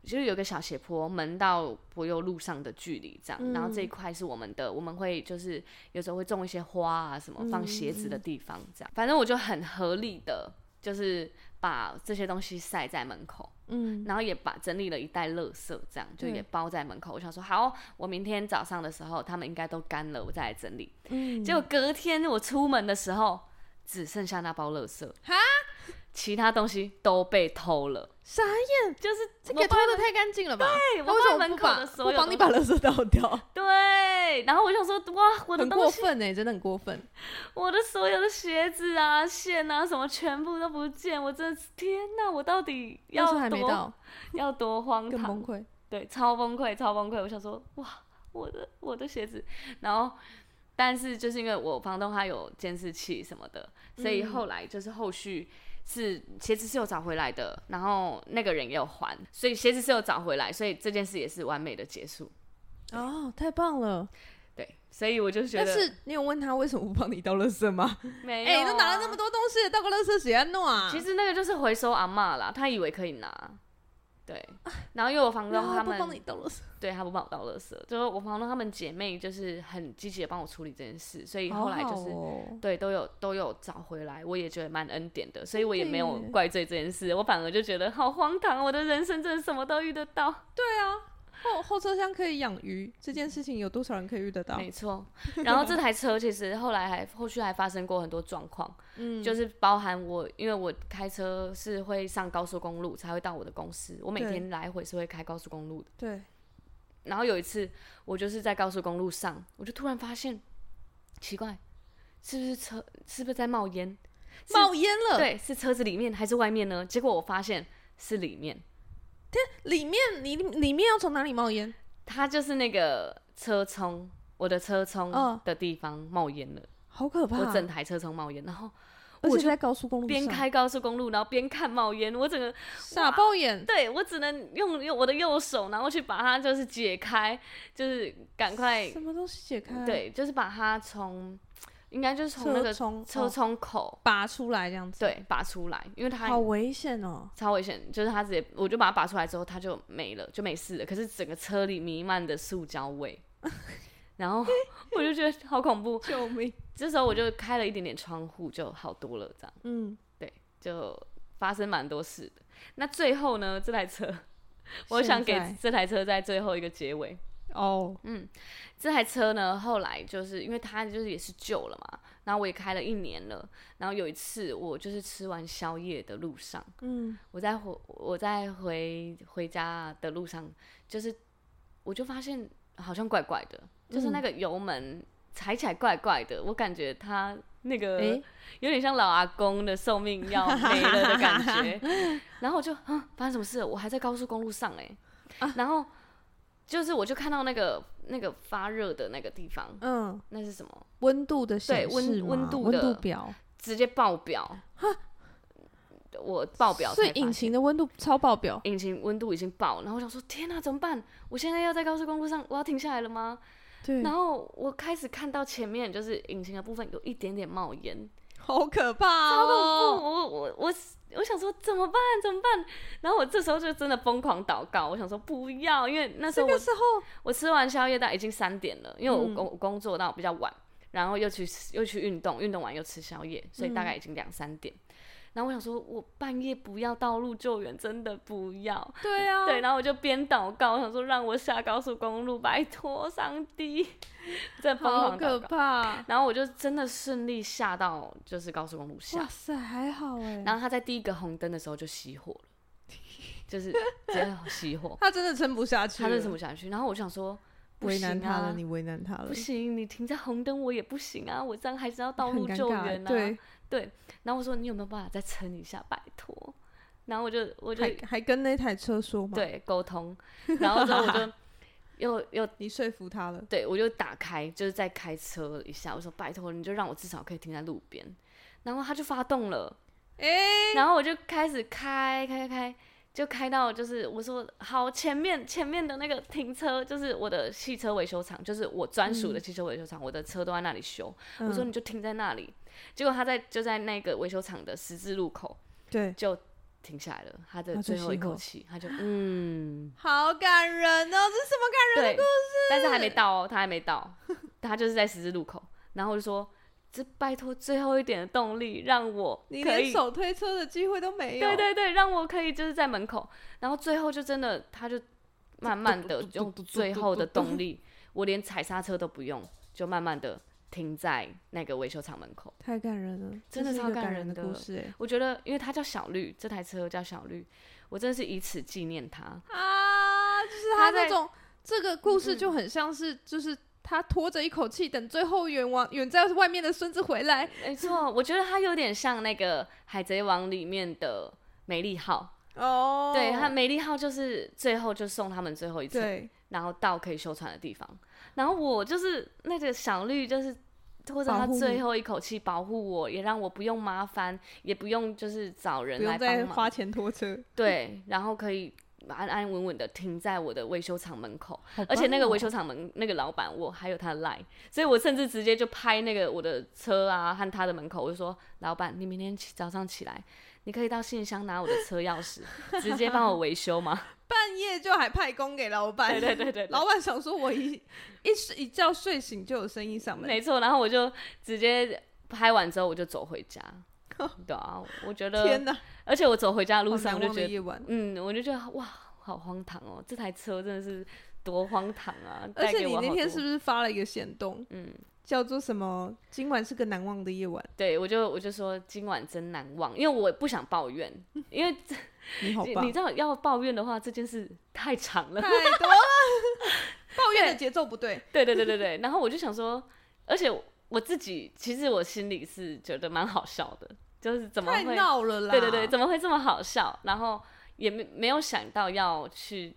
[SPEAKER 2] 就是有一个小斜坡，门到柏油路上的距离这样，然后这一
[SPEAKER 1] 嗯
[SPEAKER 2] 块是我们的，我们会就是有时候会种一些花啊，什么放
[SPEAKER 1] 嗯
[SPEAKER 2] 鞋子的地方这样。反正我就很合理的，就是把这些东西晒在门口，
[SPEAKER 1] 嗯
[SPEAKER 2] 然后也把整理了一袋垃圾，这样就
[SPEAKER 1] 对
[SPEAKER 2] 也包在门口。我想说，好，我明天早上的时候他们应该都干了，我再来整理。
[SPEAKER 1] 嗯，
[SPEAKER 2] 结果隔天我出门的时候，只剩下那包垃圾，
[SPEAKER 1] 哈，
[SPEAKER 2] 其他东西都被偷了，
[SPEAKER 1] 傻眼，
[SPEAKER 2] 就是
[SPEAKER 1] 这
[SPEAKER 2] 我
[SPEAKER 1] 个
[SPEAKER 2] 把
[SPEAKER 1] 偷的太干净了吧？
[SPEAKER 2] 对，
[SPEAKER 1] 那
[SPEAKER 2] 我
[SPEAKER 1] 为什
[SPEAKER 2] 把
[SPEAKER 1] 么
[SPEAKER 2] 门
[SPEAKER 1] 不
[SPEAKER 2] 口
[SPEAKER 1] 把
[SPEAKER 2] 的所
[SPEAKER 1] 不
[SPEAKER 2] 有
[SPEAKER 1] 帮你
[SPEAKER 2] 东
[SPEAKER 1] 把
[SPEAKER 2] 西
[SPEAKER 1] 垃圾倒掉？
[SPEAKER 2] 对，然后我想说，哇，我的
[SPEAKER 1] 很
[SPEAKER 2] 东
[SPEAKER 1] 过
[SPEAKER 2] 西
[SPEAKER 1] 分哎，真的很过分。
[SPEAKER 2] 我的所有的鞋子啊、线啊什么全部都不见，我真的是天哪！我到底
[SPEAKER 1] 那时候
[SPEAKER 2] 要
[SPEAKER 1] 还没
[SPEAKER 2] 多
[SPEAKER 1] 到，
[SPEAKER 2] 要多荒
[SPEAKER 1] 更
[SPEAKER 2] 唐啊
[SPEAKER 1] 崩？溃。
[SPEAKER 2] 对，超崩溃，超崩溃！我想说，哇，我的我的鞋子，然后。但是就是因为我房东他有监视器什么的，所以
[SPEAKER 1] 嗯
[SPEAKER 2] 后来就是后续是鞋子是有找回来的，然后那个人也有还，所以鞋子是有找回来，所以这件事也是完美的结束。
[SPEAKER 1] 哦，太棒了！
[SPEAKER 2] 对，所以我就觉
[SPEAKER 1] 但
[SPEAKER 2] 得
[SPEAKER 1] 是你有问他为什么不帮你倒垃圾吗？
[SPEAKER 2] 没有、
[SPEAKER 1] 哎，都拿了那么
[SPEAKER 2] 多。
[SPEAKER 1] 多东西，倒个垃圾谁要弄啊？
[SPEAKER 2] 其实那个就是回收阿嬷啦，她以为可以拿，对。然后因为我房
[SPEAKER 1] 然
[SPEAKER 2] 东
[SPEAKER 1] 后
[SPEAKER 2] 他
[SPEAKER 1] 啊不
[SPEAKER 2] 们，
[SPEAKER 1] 帮你倒垃圾，
[SPEAKER 2] 对她不帮我倒垃圾，就是我房东他们姐妹就是很积极的帮我处理这件事，所以后来就
[SPEAKER 1] 好
[SPEAKER 2] 是、
[SPEAKER 1] 好哦
[SPEAKER 2] 对都有都有找回来，我也觉得蛮恩典的，所以我也没有
[SPEAKER 1] 真的耶
[SPEAKER 2] 怪罪这件事，我反而就觉得好荒唐，我的人生真的什么都遇得到。
[SPEAKER 1] 后后车厢可以养鱼这件事情，有多少人可以遇得到？
[SPEAKER 2] 没错，然后这台车其实后来还后续还发生过很多状况，
[SPEAKER 1] 嗯
[SPEAKER 2] 就是包含我，因为我开车是会上高速公路才会到我的公司，我每
[SPEAKER 1] 对
[SPEAKER 2] 天来回是会开高速公路的。
[SPEAKER 1] 对，
[SPEAKER 2] 然后有一次，我就是在高速公路上，我就突然发现，奇怪，是不是车是不是在冒烟？是
[SPEAKER 1] 冒烟了。
[SPEAKER 2] 对，是车子里面还是外面呢？结果我发现是里面，
[SPEAKER 1] 里面你里面要从哪里冒烟？
[SPEAKER 2] 它就是那个车窗，我的车窗
[SPEAKER 1] 嗯
[SPEAKER 2] 的地方冒烟了，
[SPEAKER 1] 好可怕！
[SPEAKER 2] 我整台车窗冒烟，然后
[SPEAKER 1] 而
[SPEAKER 2] 我
[SPEAKER 1] 且
[SPEAKER 2] 就是
[SPEAKER 1] 在高速公路
[SPEAKER 2] 边
[SPEAKER 1] 上
[SPEAKER 2] 开高速公路，然后边看冒烟，我整个
[SPEAKER 1] 傻爆眼，
[SPEAKER 2] 对我只能用用我的右手，然后去把它就是解开，就是赶快
[SPEAKER 1] 什么东西解开？，
[SPEAKER 2] 对，就是把它从应该就是从
[SPEAKER 1] 嗯
[SPEAKER 2] 那
[SPEAKER 1] 车
[SPEAKER 2] 个
[SPEAKER 1] 窗
[SPEAKER 2] 车
[SPEAKER 1] 哦
[SPEAKER 2] 窗口、
[SPEAKER 1] 拔出来这样子，，
[SPEAKER 2] 对拔出来，因为它
[SPEAKER 1] 好危险哦。
[SPEAKER 2] 超危险，就是它直接我就把它拔出来之后，它就没了，就没事了。可是整个车里弥漫的塑胶 味，然后我就觉得好恐怖。
[SPEAKER 1] 救命！
[SPEAKER 2] 这时候我就开了一点点窗户，就好多了，这样
[SPEAKER 1] 嗯，
[SPEAKER 2] 就发生蛮多事的。那最后呢，这台车。 我
[SPEAKER 1] 现
[SPEAKER 2] 想给
[SPEAKER 1] 在
[SPEAKER 2] 这台车在最后一个结尾。
[SPEAKER 1] 哦，
[SPEAKER 2] 这台车呢，后来就是因为它就是也是旧了嘛，然后我也开了一年了。然后有一次我就是吃完宵夜的路上，
[SPEAKER 1] 嗯，
[SPEAKER 2] 我在回我在回回家的路上，就是我就发现好像怪怪的，就是
[SPEAKER 1] 嗯
[SPEAKER 2] 那个油门踩起来怪怪的，我感觉他那个
[SPEAKER 1] 诶
[SPEAKER 2] 有点像老阿公的寿命 要没了的感觉。然后我就啊，发生什么事了？我还在高速公路上哎、
[SPEAKER 1] 啊
[SPEAKER 2] 然后就是我就看到那个那个发热的那个地方，
[SPEAKER 1] 嗯，
[SPEAKER 2] 那是什么？
[SPEAKER 1] 温度的显
[SPEAKER 2] 对温
[SPEAKER 1] 示吗
[SPEAKER 2] 温度
[SPEAKER 1] 温
[SPEAKER 2] 的
[SPEAKER 1] 度表，
[SPEAKER 2] 直接爆表！我爆表才
[SPEAKER 1] 所
[SPEAKER 2] 发
[SPEAKER 1] 以
[SPEAKER 2] 现，
[SPEAKER 1] 引擎的温度超爆表，
[SPEAKER 2] 引擎温度已经爆，然后我想说天哪、怎么办？我现在要在高速公路上，我要停下来了吗？
[SPEAKER 1] 对
[SPEAKER 2] 然后我开始看到前面就是引擎的部分有一点点冒烟，
[SPEAKER 1] 好可怕
[SPEAKER 2] 超恐怖！
[SPEAKER 1] 哦！
[SPEAKER 2] 我我我我想说怎么办怎么办？然后我这时候就真的疯狂祷告，我想说不要，因为那时
[SPEAKER 1] 这
[SPEAKER 2] 候我
[SPEAKER 1] 个时候，
[SPEAKER 2] 我吃完宵夜到已经三点了，因为我
[SPEAKER 1] 嗯
[SPEAKER 2] 工、我工作到比较晚，然后又去又去运动，运动完又吃宵夜，所以大概已经两三点。然后我想说，我半夜不要道路救援，真的不要。
[SPEAKER 1] 对啊，
[SPEAKER 2] 对，然后我就边祷告，我想说让我下高速公路，拜托上帝，真的疯
[SPEAKER 1] 好
[SPEAKER 2] 狂
[SPEAKER 1] 可
[SPEAKER 2] 祷告。
[SPEAKER 1] 怕！
[SPEAKER 2] 然后我就真的顺利下到就是啊高速公路下
[SPEAKER 1] 哇，塞，还好哎，
[SPEAKER 2] 然后他在第一个红灯的时候就熄火了， 就是直接熄火，
[SPEAKER 1] 他真的撑不下去
[SPEAKER 2] 他
[SPEAKER 1] 了，
[SPEAKER 2] 认什么下去。然后我想说，不
[SPEAKER 1] 为难
[SPEAKER 2] 行
[SPEAKER 1] 他
[SPEAKER 2] 啊
[SPEAKER 1] 了？你为难他了
[SPEAKER 2] 不，行，你停在红灯我也不行啊，我这样还是要道
[SPEAKER 1] 很
[SPEAKER 2] 路
[SPEAKER 1] 尴
[SPEAKER 2] 救
[SPEAKER 1] 尬
[SPEAKER 2] 援啊。
[SPEAKER 1] 对，
[SPEAKER 2] 然后我说你有没有办法再撑一下，拜托。然后我就我就
[SPEAKER 1] 还还跟那台车说嘛，，
[SPEAKER 2] 对沟通，然后之后我 就又又
[SPEAKER 1] 你说服他了，
[SPEAKER 2] 对，我就打开，就是再开车一下。我说拜托，你就让我至少可以停在路边。然后他就发动了，
[SPEAKER 1] 哎，
[SPEAKER 2] 然后我就开始开开开开，就开到就是我说好前面前面的那个停车，就是我的汽车维修厂，就是我专属的汽车维修厂，我的车都在那里修。我说
[SPEAKER 1] 嗯
[SPEAKER 2] 你就停在那里，结果他在就在那个维修厂的十字路口
[SPEAKER 1] 对，
[SPEAKER 2] 就停下来了，他的
[SPEAKER 1] 他就
[SPEAKER 2] 最后一
[SPEAKER 1] 熄
[SPEAKER 2] 口
[SPEAKER 1] 火
[SPEAKER 2] 气，他就嗯。
[SPEAKER 1] 好感人哦，这是什么感
[SPEAKER 2] 对，但是还没到哦，他还没到，他就是在十字路口，然后我就说，这拜托最后一点的动力，让我
[SPEAKER 1] 你
[SPEAKER 2] 可
[SPEAKER 1] 连
[SPEAKER 2] 以，
[SPEAKER 1] 手推车的机会都没有，
[SPEAKER 2] 对，对对，让我可以就是在门口，然后最后就真的他就慢慢的
[SPEAKER 1] 嘟嘟嘟
[SPEAKER 2] 用
[SPEAKER 1] 嘟嘟
[SPEAKER 2] 最后的
[SPEAKER 1] 嘟嘟
[SPEAKER 2] 动力，我连踩刹车都不用，就慢慢的停在那个维修厂门口。
[SPEAKER 1] 太感人了，
[SPEAKER 2] 真
[SPEAKER 1] 这
[SPEAKER 2] 的
[SPEAKER 1] 是一
[SPEAKER 2] 超
[SPEAKER 1] 个
[SPEAKER 2] 感
[SPEAKER 1] 感
[SPEAKER 2] 人
[SPEAKER 1] 人的故
[SPEAKER 2] 的
[SPEAKER 1] 事哎。
[SPEAKER 2] 我觉得，因为他叫小绿，这台车叫小绿，我真的是以此纪念他。
[SPEAKER 1] 啊，就是
[SPEAKER 2] 他
[SPEAKER 1] 他那
[SPEAKER 2] 在嗯
[SPEAKER 1] 种这个故事就很像是，就是他拖着一口气等最后远往远在外面的孙子回 来
[SPEAKER 2] 没错，我觉得他有点像那个《海贼王》里面的美丽号，
[SPEAKER 1] 哦
[SPEAKER 2] 对，他美丽号就是最后就送他们最后一次，
[SPEAKER 1] 对
[SPEAKER 2] 然后到可以修船的地方。然后我就是那个小绿，就是拖着他
[SPEAKER 1] 保护你
[SPEAKER 2] 最后一口气保护我，也让我不用麻烦，也不用就是找人
[SPEAKER 1] 不
[SPEAKER 2] 来
[SPEAKER 1] 用再
[SPEAKER 2] 帮
[SPEAKER 1] 花
[SPEAKER 2] 忙。
[SPEAKER 1] 钱拖车，
[SPEAKER 2] 对，然后可以安安稳稳的停在我的维修厂门口，
[SPEAKER 1] 好
[SPEAKER 2] 而且那
[SPEAKER 1] 棒
[SPEAKER 2] 个
[SPEAKER 1] 哦
[SPEAKER 2] 维修厂门那个老板，我还有他的 line，所以我甚至直接就拍那个我的车啊和他的门口，我就说老板，你明天起早上起来，你可以到信箱拿我的车钥匙，直接帮我维修吗？
[SPEAKER 1] 半夜就还派工给老板，
[SPEAKER 2] 对对对对，对
[SPEAKER 1] 老板想说我一一睡一觉睡醒就有生意上门，
[SPEAKER 2] 没错。然后我就直接拍完之后我就走回 家，对啊，我觉得
[SPEAKER 1] 哦天，哪，
[SPEAKER 2] 而且我走回家的路
[SPEAKER 1] 好
[SPEAKER 2] 上
[SPEAKER 1] 难
[SPEAKER 2] 我就
[SPEAKER 1] 忘的
[SPEAKER 2] 觉得，
[SPEAKER 1] 夜晚。
[SPEAKER 2] 嗯，我就觉得哇，好荒唐哦，这台车真的是多荒唐啊！
[SPEAKER 1] 而
[SPEAKER 2] 带
[SPEAKER 1] 且
[SPEAKER 2] 给
[SPEAKER 1] 你
[SPEAKER 2] 我
[SPEAKER 1] 那
[SPEAKER 2] 好
[SPEAKER 1] 天
[SPEAKER 2] 多
[SPEAKER 1] 是不是发了一个行动，
[SPEAKER 2] 嗯，
[SPEAKER 1] 叫做什么？今晚是个难忘的夜晚，
[SPEAKER 2] 对，我就我就说今晚真难忘，因为我不想抱 怨，因为
[SPEAKER 1] 你好
[SPEAKER 2] 你
[SPEAKER 1] 棒
[SPEAKER 2] 你，知道要抱怨的话，这件事太长了
[SPEAKER 1] 太。多了， 抱怨的节奏不对，
[SPEAKER 2] 对对对对对，然后我就想说，而且我自己其实我心里是觉得蛮好笑的，就是怎么
[SPEAKER 1] 太
[SPEAKER 2] 会
[SPEAKER 1] 闹了啦。
[SPEAKER 2] 对对对，怎么会这么好笑？然后也没没有想到要去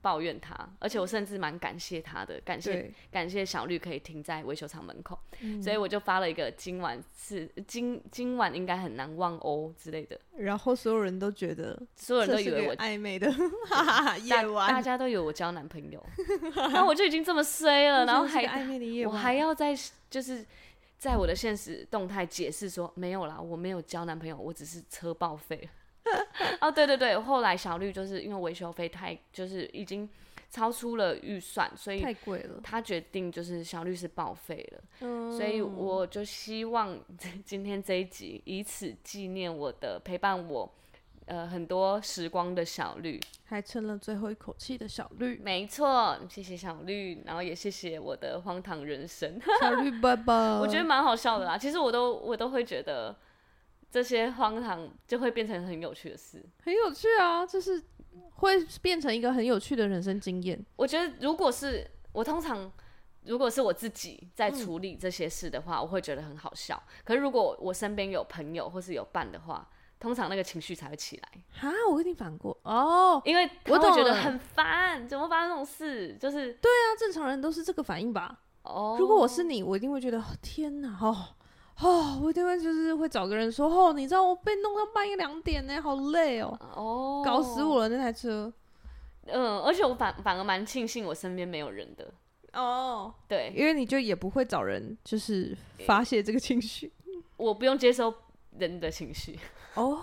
[SPEAKER 2] 抱怨他，而且我甚至蛮感谢他的，感谢
[SPEAKER 1] 对，
[SPEAKER 2] 感谢小绿可以停在维修厂门口，
[SPEAKER 1] 嗯
[SPEAKER 2] 所以我就发了一个今晚是今今晚应该很难忘哦之类的，
[SPEAKER 1] 然后所有人都觉得
[SPEAKER 2] 所有人都
[SPEAKER 1] 这
[SPEAKER 2] 以
[SPEAKER 1] 是
[SPEAKER 2] 为我
[SPEAKER 1] 个暧昧 的哈哈哈
[SPEAKER 2] 大
[SPEAKER 1] 夜
[SPEAKER 2] 大
[SPEAKER 1] 晚，
[SPEAKER 2] 家都以为我交男朋友， 然后我就已经这么衰了，然 后
[SPEAKER 1] 这是
[SPEAKER 2] 还
[SPEAKER 1] 个暧昧的夜
[SPEAKER 2] 我
[SPEAKER 1] 晚，啊
[SPEAKER 2] 还要在就是在我的现实动态解释说没有啦，我没有交男朋友，我只是车报废。 哦，对对对，后来小绿就是因为维修费太就是已经超出了预算，所以
[SPEAKER 1] 太贵了，
[SPEAKER 2] 他决定就是小绿是报废了，
[SPEAKER 1] 所
[SPEAKER 2] 所以我就希望今天这一集以此纪念我的陪伴我。呃，很多时光的小绿，
[SPEAKER 1] 还撑了最后一口气的小 绿，
[SPEAKER 2] 没错，谢谢小绿，然后也谢谢我的荒唐人生。
[SPEAKER 1] 小绿爸爸，
[SPEAKER 2] 我觉得蛮好笑的啦。其实我都我都会觉得这些荒唐就会变成很有趣的事。
[SPEAKER 1] 很有趣啊，就是会变成一个很有趣的人生经验。
[SPEAKER 2] 我觉得如果是我通常如果是我自己
[SPEAKER 1] 嗯
[SPEAKER 2] 在处理这些事的话，我会觉得很好笑。可是如果我身边有朋友或是有伴的话，通常那个情绪才会起来，
[SPEAKER 1] 哈，我跟你反过哦，
[SPEAKER 2] 因为
[SPEAKER 1] 我
[SPEAKER 2] 他会
[SPEAKER 1] 懂
[SPEAKER 2] 觉得
[SPEAKER 1] 了
[SPEAKER 2] 很烦，怎么会发生这种事？就是
[SPEAKER 1] 那正常人都是这个反应吧？
[SPEAKER 2] 哦，
[SPEAKER 1] 如果我是你，我一定会觉得哦天哪，哦哦，我一定会就是会找个人说哦，你知道我被弄到半夜两点呢，好累哦，
[SPEAKER 2] 哦，
[SPEAKER 1] 搞死我了那台车
[SPEAKER 2] 嗯，而且我反反而蛮庆幸我身边没有人的，
[SPEAKER 1] 哦，
[SPEAKER 2] 对
[SPEAKER 1] 因为你就也不会找人就是发泄这个情绪
[SPEAKER 2] 我不用接收人的情绪，
[SPEAKER 1] 哦，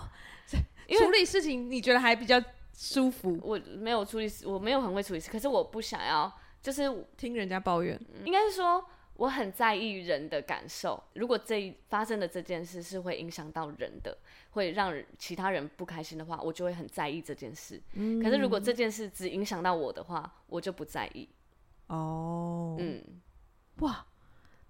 [SPEAKER 2] 因为哦
[SPEAKER 1] 处理事情你觉得还比较舒服，
[SPEAKER 2] 我没有处理，我没有很会处理事，可是我不想要，就是
[SPEAKER 1] 听人家抱怨，
[SPEAKER 2] 应该是说我很在意人的感受。如果这一发生的这件事是会影响到人的，会让人其他人不开心的话，我就会很在意这件事。
[SPEAKER 1] 嗯
[SPEAKER 2] 可是如果这件事只影响到我的话，我就不在意。
[SPEAKER 1] 哦，
[SPEAKER 2] 嗯，
[SPEAKER 1] 哇，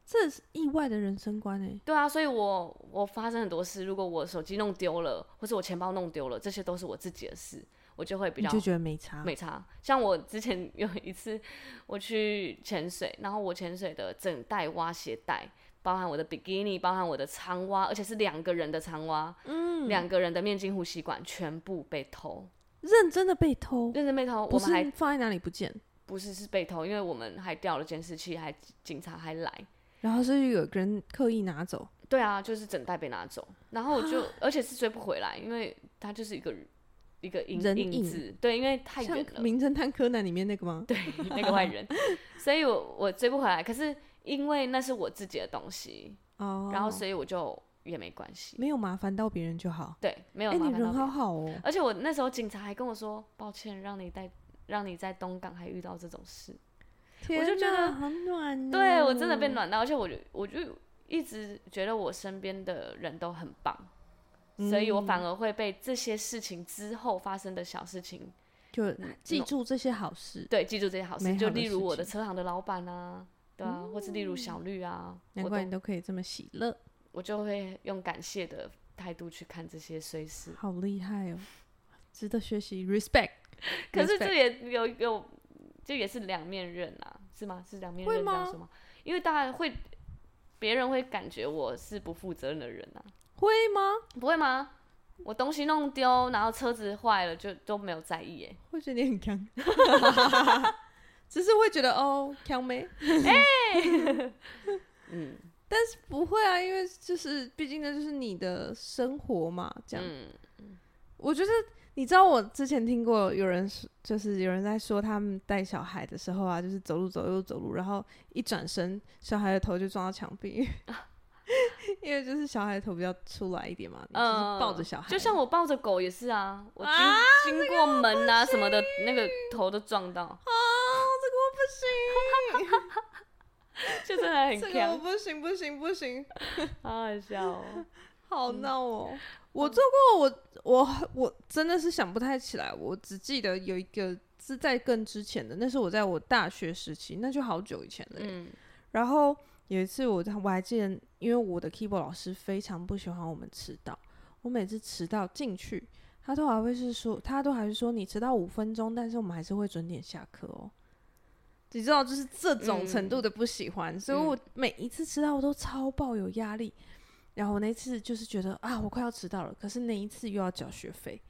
[SPEAKER 1] 这是意外的人生观哎，
[SPEAKER 2] 对啊，所以我我发生很多事，如果我手机弄丢了，或是我钱包弄丢了，这些都是我自己的事，我就会比
[SPEAKER 1] 你
[SPEAKER 2] 较
[SPEAKER 1] 就觉得没差，
[SPEAKER 2] 没差。像我之前有一次我去潜水，然后我潜水的整袋蛙鞋带，包含我的比基尼，包含我的长蛙，而且是两个人的长蛙，嗯，两个人的面筋呼吸管全部被偷，
[SPEAKER 1] 认真的被偷，
[SPEAKER 2] 认真被偷。
[SPEAKER 1] 不
[SPEAKER 2] 我
[SPEAKER 1] 是
[SPEAKER 2] 们还
[SPEAKER 1] 放在哪里不见，
[SPEAKER 2] 不是是被偷，因为我们还调了监视器，还警察还来。
[SPEAKER 1] 然后是有个人刻意拿走，
[SPEAKER 2] 对啊，就是整袋被拿走，然后我就， 而且是追不回来，因为它就是一个一个影
[SPEAKER 1] 人
[SPEAKER 2] 影
[SPEAKER 1] 影
[SPEAKER 2] 子，对，因为太
[SPEAKER 1] 像
[SPEAKER 2] 远
[SPEAKER 1] 《
[SPEAKER 2] 了，
[SPEAKER 1] 名侦探柯南》里面那个吗？
[SPEAKER 2] 对， 那个坏人，所以我我追不回来。可是因为那是我自己的东西，
[SPEAKER 1] 哦
[SPEAKER 2] 然后所以我就也没关系，
[SPEAKER 1] 没有麻烦到别人就好。
[SPEAKER 2] 对，没有
[SPEAKER 1] 哎、
[SPEAKER 2] 麻
[SPEAKER 1] 你
[SPEAKER 2] 烦到
[SPEAKER 1] 人
[SPEAKER 2] 别
[SPEAKER 1] 好
[SPEAKER 2] 人。
[SPEAKER 1] 好哦，
[SPEAKER 2] 而且我那时候警察还跟我说，抱歉，让你在让你在东港还遇到这种事，
[SPEAKER 1] 天
[SPEAKER 2] 就觉得
[SPEAKER 1] 哪好暖、哦。
[SPEAKER 2] 对我真的被暖到，而且我就我就一直觉得我身边的人都很棒，所以我反
[SPEAKER 1] 嗯
[SPEAKER 2] 而会被这些事情之后发生的小事情，
[SPEAKER 1] 就记
[SPEAKER 2] 那
[SPEAKER 1] 住这些好事，
[SPEAKER 2] 对，记住这些好
[SPEAKER 1] 美
[SPEAKER 2] 事，
[SPEAKER 1] 好
[SPEAKER 2] 就
[SPEAKER 1] 的
[SPEAKER 2] 例如
[SPEAKER 1] 事
[SPEAKER 2] 我的
[SPEAKER 1] 情嗯
[SPEAKER 2] 车行的老板啊，对啊，或是例如小绿啊，
[SPEAKER 1] 难
[SPEAKER 2] 我
[SPEAKER 1] 怪
[SPEAKER 2] 都
[SPEAKER 1] 你都可以这么喜乐，
[SPEAKER 2] 我就会用感谢的态度去看这些衰事。
[SPEAKER 1] 好厉害哦，值得学习，respect。
[SPEAKER 2] 可是
[SPEAKER 1] respect
[SPEAKER 2] 这也有有，这也是两面刃啊，是吗？是两面
[SPEAKER 1] 会
[SPEAKER 2] 刃这样
[SPEAKER 1] 吗
[SPEAKER 2] 说吗？因为大家会，别人会感觉我是不负责任的人啊，
[SPEAKER 1] 会吗？
[SPEAKER 2] 不会吗？我东西弄丢，然后车子坏了，就都没有在意耶。
[SPEAKER 1] 会觉得你很强， 只是会觉得哦，强妹。
[SPEAKER 2] 嗯
[SPEAKER 1] 不会啊，因为就是毕竟那就是你的生活嘛，这样。
[SPEAKER 2] 嗯，
[SPEAKER 1] 我觉得你知道，我之前听过有人说，就是有人在说他们带小孩的时候啊，就是走路走路走路，然后一转身，小孩的头就撞到墙壁， 因为就是小孩的头比较出来一点嘛，你就是抱着小孩，
[SPEAKER 2] 嗯就像我抱着狗也是啊，我经、
[SPEAKER 1] 啊
[SPEAKER 2] 经过门啊什么的，那个头都撞到，
[SPEAKER 1] 啊，这个我不
[SPEAKER 2] 就真的
[SPEAKER 1] 行，这
[SPEAKER 2] 很
[SPEAKER 1] 个我
[SPEAKER 2] 强，
[SPEAKER 1] 不行不行不行，
[SPEAKER 2] 好好笑 哦。
[SPEAKER 1] 好闹哦！我做过，我我我真的是想不太起来，我只记得有一个是在更之前的，那是我在我大学时期，那就好久以前了耶。
[SPEAKER 2] 嗯
[SPEAKER 1] 然后有一次我我还记得，因为我的 keyboard 老师非常不喜欢我们迟到，我每次迟到进去，他都还会是说，他都还是说你迟到五分钟，但是我们还是会准点下课哦。你知道，就是这种程度的不喜欢，所以我每一次迟到我都超爆有压力。然后我那次就是觉得啊，我快要迟到了，可是那一次又要缴学费，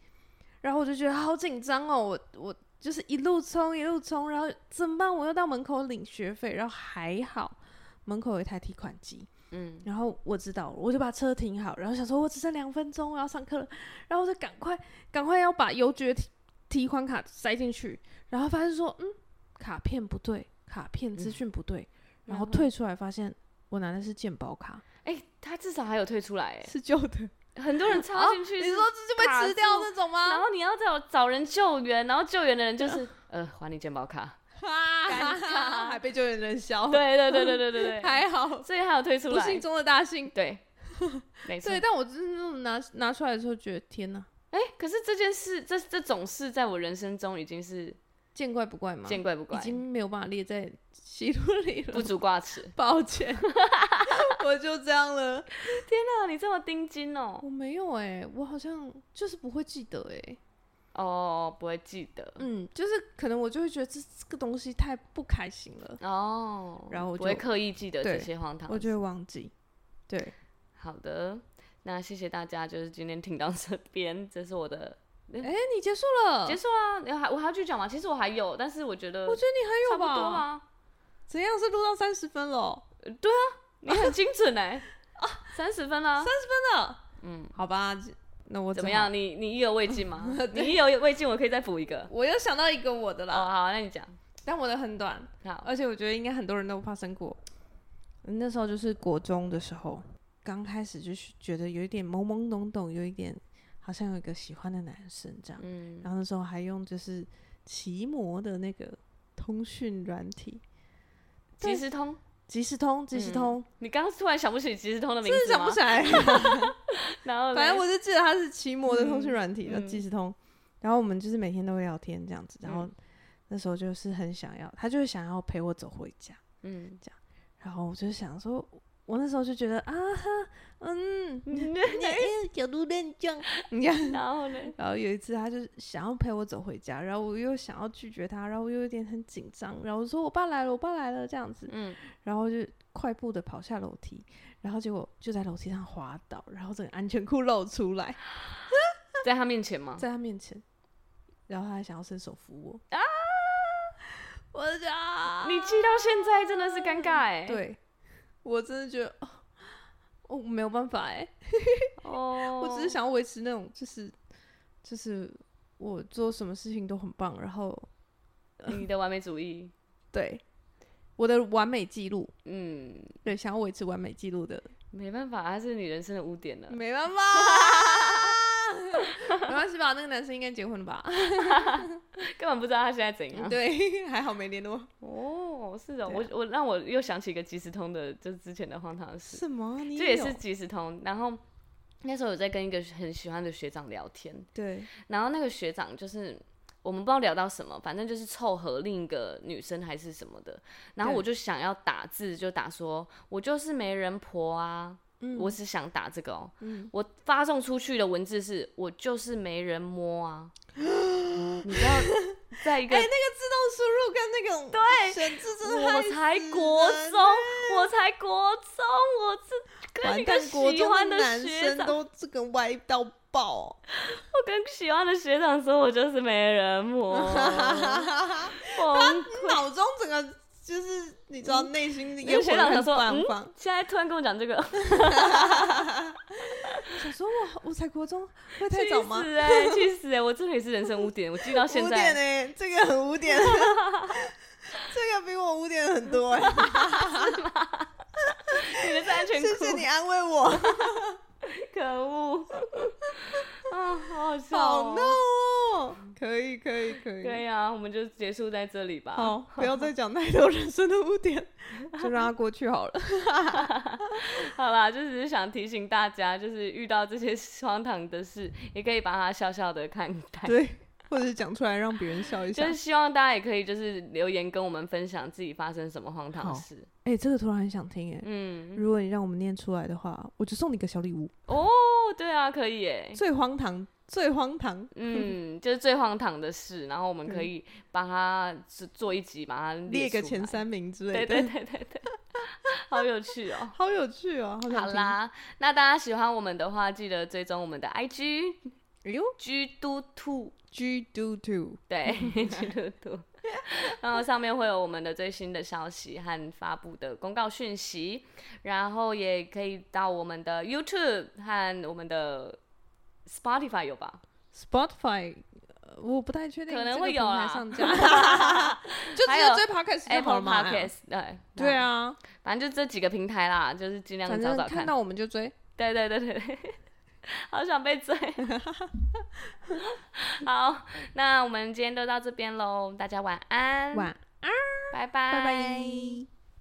[SPEAKER 1] 然后我就觉得好紧张哦，我我就是一路冲一路冲，然后怎么办？我又到门口领学费，然后还好门口有一台提款机，
[SPEAKER 2] 嗯，
[SPEAKER 1] 然后我知道了，我就把车停好，然后想说我只剩两分钟我要上课了，然后我就赶快赶快要把邮局的提提款卡塞进去，然后发现说嗯，卡片不对，卡片资讯不对，然后
[SPEAKER 2] 然后
[SPEAKER 1] 退出来发现我拿的是健保卡，
[SPEAKER 2] 哎、他至少还有退出来
[SPEAKER 1] 是旧的，
[SPEAKER 2] 哎，很多人插进去
[SPEAKER 1] 哦你
[SPEAKER 2] 是、
[SPEAKER 1] 说这就
[SPEAKER 2] 卡
[SPEAKER 1] 被吃掉
[SPEAKER 2] 住
[SPEAKER 1] 那种吗
[SPEAKER 2] 然？后你要找找人救援，然后救援的人就是呃还你健保卡，尴尬
[SPEAKER 1] 还被救援人笑，
[SPEAKER 2] 对对对对对对对，
[SPEAKER 1] 哦 还好，
[SPEAKER 2] 所以还有推出
[SPEAKER 1] 不
[SPEAKER 2] 来，
[SPEAKER 1] 幸中的大幸。
[SPEAKER 2] 对，没 错
[SPEAKER 1] 对，。但我就是那种拿拿出来的时候，觉得天哪，
[SPEAKER 2] 哎、可是这件事，这这种事在我人生中已经是
[SPEAKER 1] 见怪不怪嘛，
[SPEAKER 2] 见怪不
[SPEAKER 1] 已
[SPEAKER 2] 怪，
[SPEAKER 1] 经没有办法列在喜录里了
[SPEAKER 2] 不。足挂 齿。
[SPEAKER 1] 抱歉， 我就这样了。
[SPEAKER 2] 那你这么钉金哦、
[SPEAKER 1] 欸我没有哎、我好像就是不会记得哎、
[SPEAKER 2] 哦，不会记得。
[SPEAKER 1] 嗯，就是可能我就会觉得这这个东西太不开心了，
[SPEAKER 2] 哦，
[SPEAKER 1] 然后我
[SPEAKER 2] 不会
[SPEAKER 1] 就
[SPEAKER 2] 刻意记得这
[SPEAKER 1] 对
[SPEAKER 2] 些荒唐
[SPEAKER 1] 我
[SPEAKER 2] 事。
[SPEAKER 1] 就会忘记。对，
[SPEAKER 2] 好的，那谢谢大家，就是今天听到这边，这是我的
[SPEAKER 1] 哎、你结束了，
[SPEAKER 2] 嗯结束啊。你还我还要继续讲吗？其实我还有，但是我觉得
[SPEAKER 1] 我觉得你还
[SPEAKER 2] 差
[SPEAKER 1] 有
[SPEAKER 2] 不
[SPEAKER 1] 吧？
[SPEAKER 2] 多啊吧，
[SPEAKER 1] 怎样是录到三十分了？
[SPEAKER 2] 你很精 准哎、啊，三十分啦，
[SPEAKER 1] 嗯，好吧，那我
[SPEAKER 2] 怎
[SPEAKER 1] 只
[SPEAKER 2] 么
[SPEAKER 1] 好？
[SPEAKER 2] 样？你你意犹未 尽吗？你意犹未尽，我可以再补一个。
[SPEAKER 1] 我又想到一个我的
[SPEAKER 2] 哦，
[SPEAKER 1] 啦，
[SPEAKER 2] 好，那你讲。
[SPEAKER 1] 但我的很短，
[SPEAKER 2] 好，
[SPEAKER 1] 而且我觉得应该很多人都发生过。那时候就是国中的时候，刚开始就是觉得有一点懵懵懂懂，有一点好像有一个喜欢的男生这样。
[SPEAKER 2] 嗯，
[SPEAKER 1] 然后那时候还用就是奇摩的那个通讯软体，对
[SPEAKER 2] 即时通，
[SPEAKER 1] 即时通，即时通，
[SPEAKER 2] 你刚刚突然想不起即时通的名
[SPEAKER 1] 真的
[SPEAKER 2] 字
[SPEAKER 1] 想
[SPEAKER 2] 吗
[SPEAKER 1] 不？起来。
[SPEAKER 2] 然后 嘞，
[SPEAKER 1] 反正我就记得它是奇摩的通讯软体，
[SPEAKER 2] 嗯
[SPEAKER 1] 呃
[SPEAKER 2] 嗯
[SPEAKER 1] 即时通。然后我们就是每天都会聊天这样子，然后
[SPEAKER 2] 嗯
[SPEAKER 1] 那时候就是很想要，他就是想要陪我走回家。
[SPEAKER 2] 嗯，
[SPEAKER 1] 然后我就想说，我那时候就觉得啊哈， 嗯，小鹿乱撞， 你看。
[SPEAKER 2] 然后嘞，
[SPEAKER 1] 然后有一次，他就是想要陪我走回家，然后我又想要拒绝他，然后我又有点很紧张，然后我说我爸来了，我爸来了这样子，
[SPEAKER 2] 嗯，
[SPEAKER 1] 然后就快步的跑下楼梯，然后结果就在楼梯上滑倒，然后整个安全裤露出 来，
[SPEAKER 2] 在他面前吗？
[SPEAKER 1] 在他面前，然后他还想要伸手扶我啊，我就觉得啊
[SPEAKER 2] 你记到现在真的是尴尬哎、，
[SPEAKER 1] 对，我真的觉得哦，我没有办法哎、
[SPEAKER 2] 哦，
[SPEAKER 1] 我只是想要维持那种，就是就是我做什么事情都很棒，然后
[SPEAKER 2] 你的完美主义，
[SPEAKER 1] 对我的完美记录，
[SPEAKER 2] 嗯，
[SPEAKER 1] 对，想要维持完美记录的，
[SPEAKER 2] 没办法，它是你人生的污点了。
[SPEAKER 1] 没办 法，没关系吧？那个男生应该结婚了吧？
[SPEAKER 2] 根本不知道他现在怎 样。
[SPEAKER 1] 对，还好没联 络。
[SPEAKER 2] 哦，是
[SPEAKER 1] 对
[SPEAKER 2] 哦，
[SPEAKER 1] 啊
[SPEAKER 2] 我我让我又想起一个即时通的，就是之前的荒唐的事，
[SPEAKER 1] 什么？你
[SPEAKER 2] 这也
[SPEAKER 1] 有
[SPEAKER 2] 是即时通。然后那时候有在跟一个很喜欢的学长聊天，
[SPEAKER 1] 对
[SPEAKER 2] 然后那个学长就是我们不知道聊到什么，反正就是凑合另一个女生还是什么的。然后
[SPEAKER 1] 对
[SPEAKER 2] 我就想要打字，就打说我就是媒人婆啊，
[SPEAKER 1] 嗯
[SPEAKER 2] 我只想打这个哦。我发送出去的文字是我就是没人摸啊，你知道，在
[SPEAKER 1] 哎
[SPEAKER 2] 一个、
[SPEAKER 1] 自动输入跟那种对选字真的
[SPEAKER 2] 我才国中，
[SPEAKER 1] 啊
[SPEAKER 2] 我才国中，我这跟一
[SPEAKER 1] 完
[SPEAKER 2] 个
[SPEAKER 1] 蛋，国
[SPEAKER 2] 喜
[SPEAKER 1] 中
[SPEAKER 2] 欢
[SPEAKER 1] 的男
[SPEAKER 2] 学
[SPEAKER 1] 生
[SPEAKER 2] 长，
[SPEAKER 1] 都这个歪到 爆，
[SPEAKER 2] 我跟喜欢的学长说，我就是没 人摸，崩溃。
[SPEAKER 1] 脑中整个就是你知道内心的
[SPEAKER 2] 那个
[SPEAKER 1] 烟火
[SPEAKER 2] 学长
[SPEAKER 1] 很
[SPEAKER 2] 想说，
[SPEAKER 1] 放
[SPEAKER 2] 嗯
[SPEAKER 1] 放。，
[SPEAKER 2] 现在突然跟我讲这个，
[SPEAKER 1] 想说我我才国中，会太早吗
[SPEAKER 2] 气？死哎，气死哎！我这也是人生污点，我记到现
[SPEAKER 1] 五点欸
[SPEAKER 2] 在。
[SPEAKER 1] 呢、这个很五点， 这个比我五点很多哎、
[SPEAKER 2] 你的是安全
[SPEAKER 1] 谢
[SPEAKER 2] 裤
[SPEAKER 1] 谢，你安慰我，
[SPEAKER 2] 可恶 啊，好好笑
[SPEAKER 1] 好闹
[SPEAKER 2] 哦。
[SPEAKER 1] 哦，可以可以可以，
[SPEAKER 2] 对呀，我们就结束在这里吧。
[SPEAKER 1] 好，不要再讲太多人生的污点，就让它过去好了。
[SPEAKER 2] 好啦，就只是想提醒大家，就是遇到这些 荒唐的事，也可以把它笑笑的看待。
[SPEAKER 1] 对，或者讲出来让别人笑一下
[SPEAKER 2] 就。是希望大家也可以就是留言跟我们分享自己发生什么荒唐
[SPEAKER 1] 好
[SPEAKER 2] 事。
[SPEAKER 1] 哎、这个突然很想听哎、
[SPEAKER 2] 嗯，
[SPEAKER 1] 如果你让我们念出来的话，我就送你个小礼物。
[SPEAKER 2] 哦，对啊，可以耶。
[SPEAKER 1] 最荒唐，最荒唐，
[SPEAKER 2] 嗯，就是最荒唐的事，然后我们可以把它做做一集，把它
[SPEAKER 1] 列个
[SPEAKER 2] 出
[SPEAKER 1] 前
[SPEAKER 2] 来。
[SPEAKER 1] 三名之类
[SPEAKER 2] 对
[SPEAKER 1] 的，
[SPEAKER 2] 对对对 对，好有趣哦。
[SPEAKER 1] 好有趣哦、 好想
[SPEAKER 2] 好
[SPEAKER 1] 听。
[SPEAKER 2] 啦，那大家喜欢我们的话，记得追踪我们的 IG
[SPEAKER 1] 哎呦
[SPEAKER 2] G 嘟兔。
[SPEAKER 1] ，G do do。
[SPEAKER 2] 对，
[SPEAKER 1] 嗯
[SPEAKER 2] 基督徒。然后上面会有我们的最新的消息和发布的公告讯息，然后也可以到我们的 YouTube 和我们的 Spotify 有吧？
[SPEAKER 1] Spotify，、呃、我不太确定
[SPEAKER 2] 可能
[SPEAKER 1] 这个
[SPEAKER 2] 会有
[SPEAKER 1] 平台
[SPEAKER 2] 啦
[SPEAKER 1] 上 架，就
[SPEAKER 2] 还
[SPEAKER 1] 只
[SPEAKER 2] 有
[SPEAKER 1] 有追 Podcast 就
[SPEAKER 2] Apple
[SPEAKER 1] 好了嘛。
[SPEAKER 2] Podcast 对
[SPEAKER 1] 对，啊，
[SPEAKER 2] 反正就这几个平台啦，就是尽量
[SPEAKER 1] 反
[SPEAKER 2] 找
[SPEAKER 1] 正
[SPEAKER 2] 找
[SPEAKER 1] 看到我们就追。
[SPEAKER 2] 对对对对对， 好想被追。 好，那我们今天就到这边喽，大家晚安，
[SPEAKER 1] 晚，
[SPEAKER 2] 拜拜，
[SPEAKER 1] 拜拜。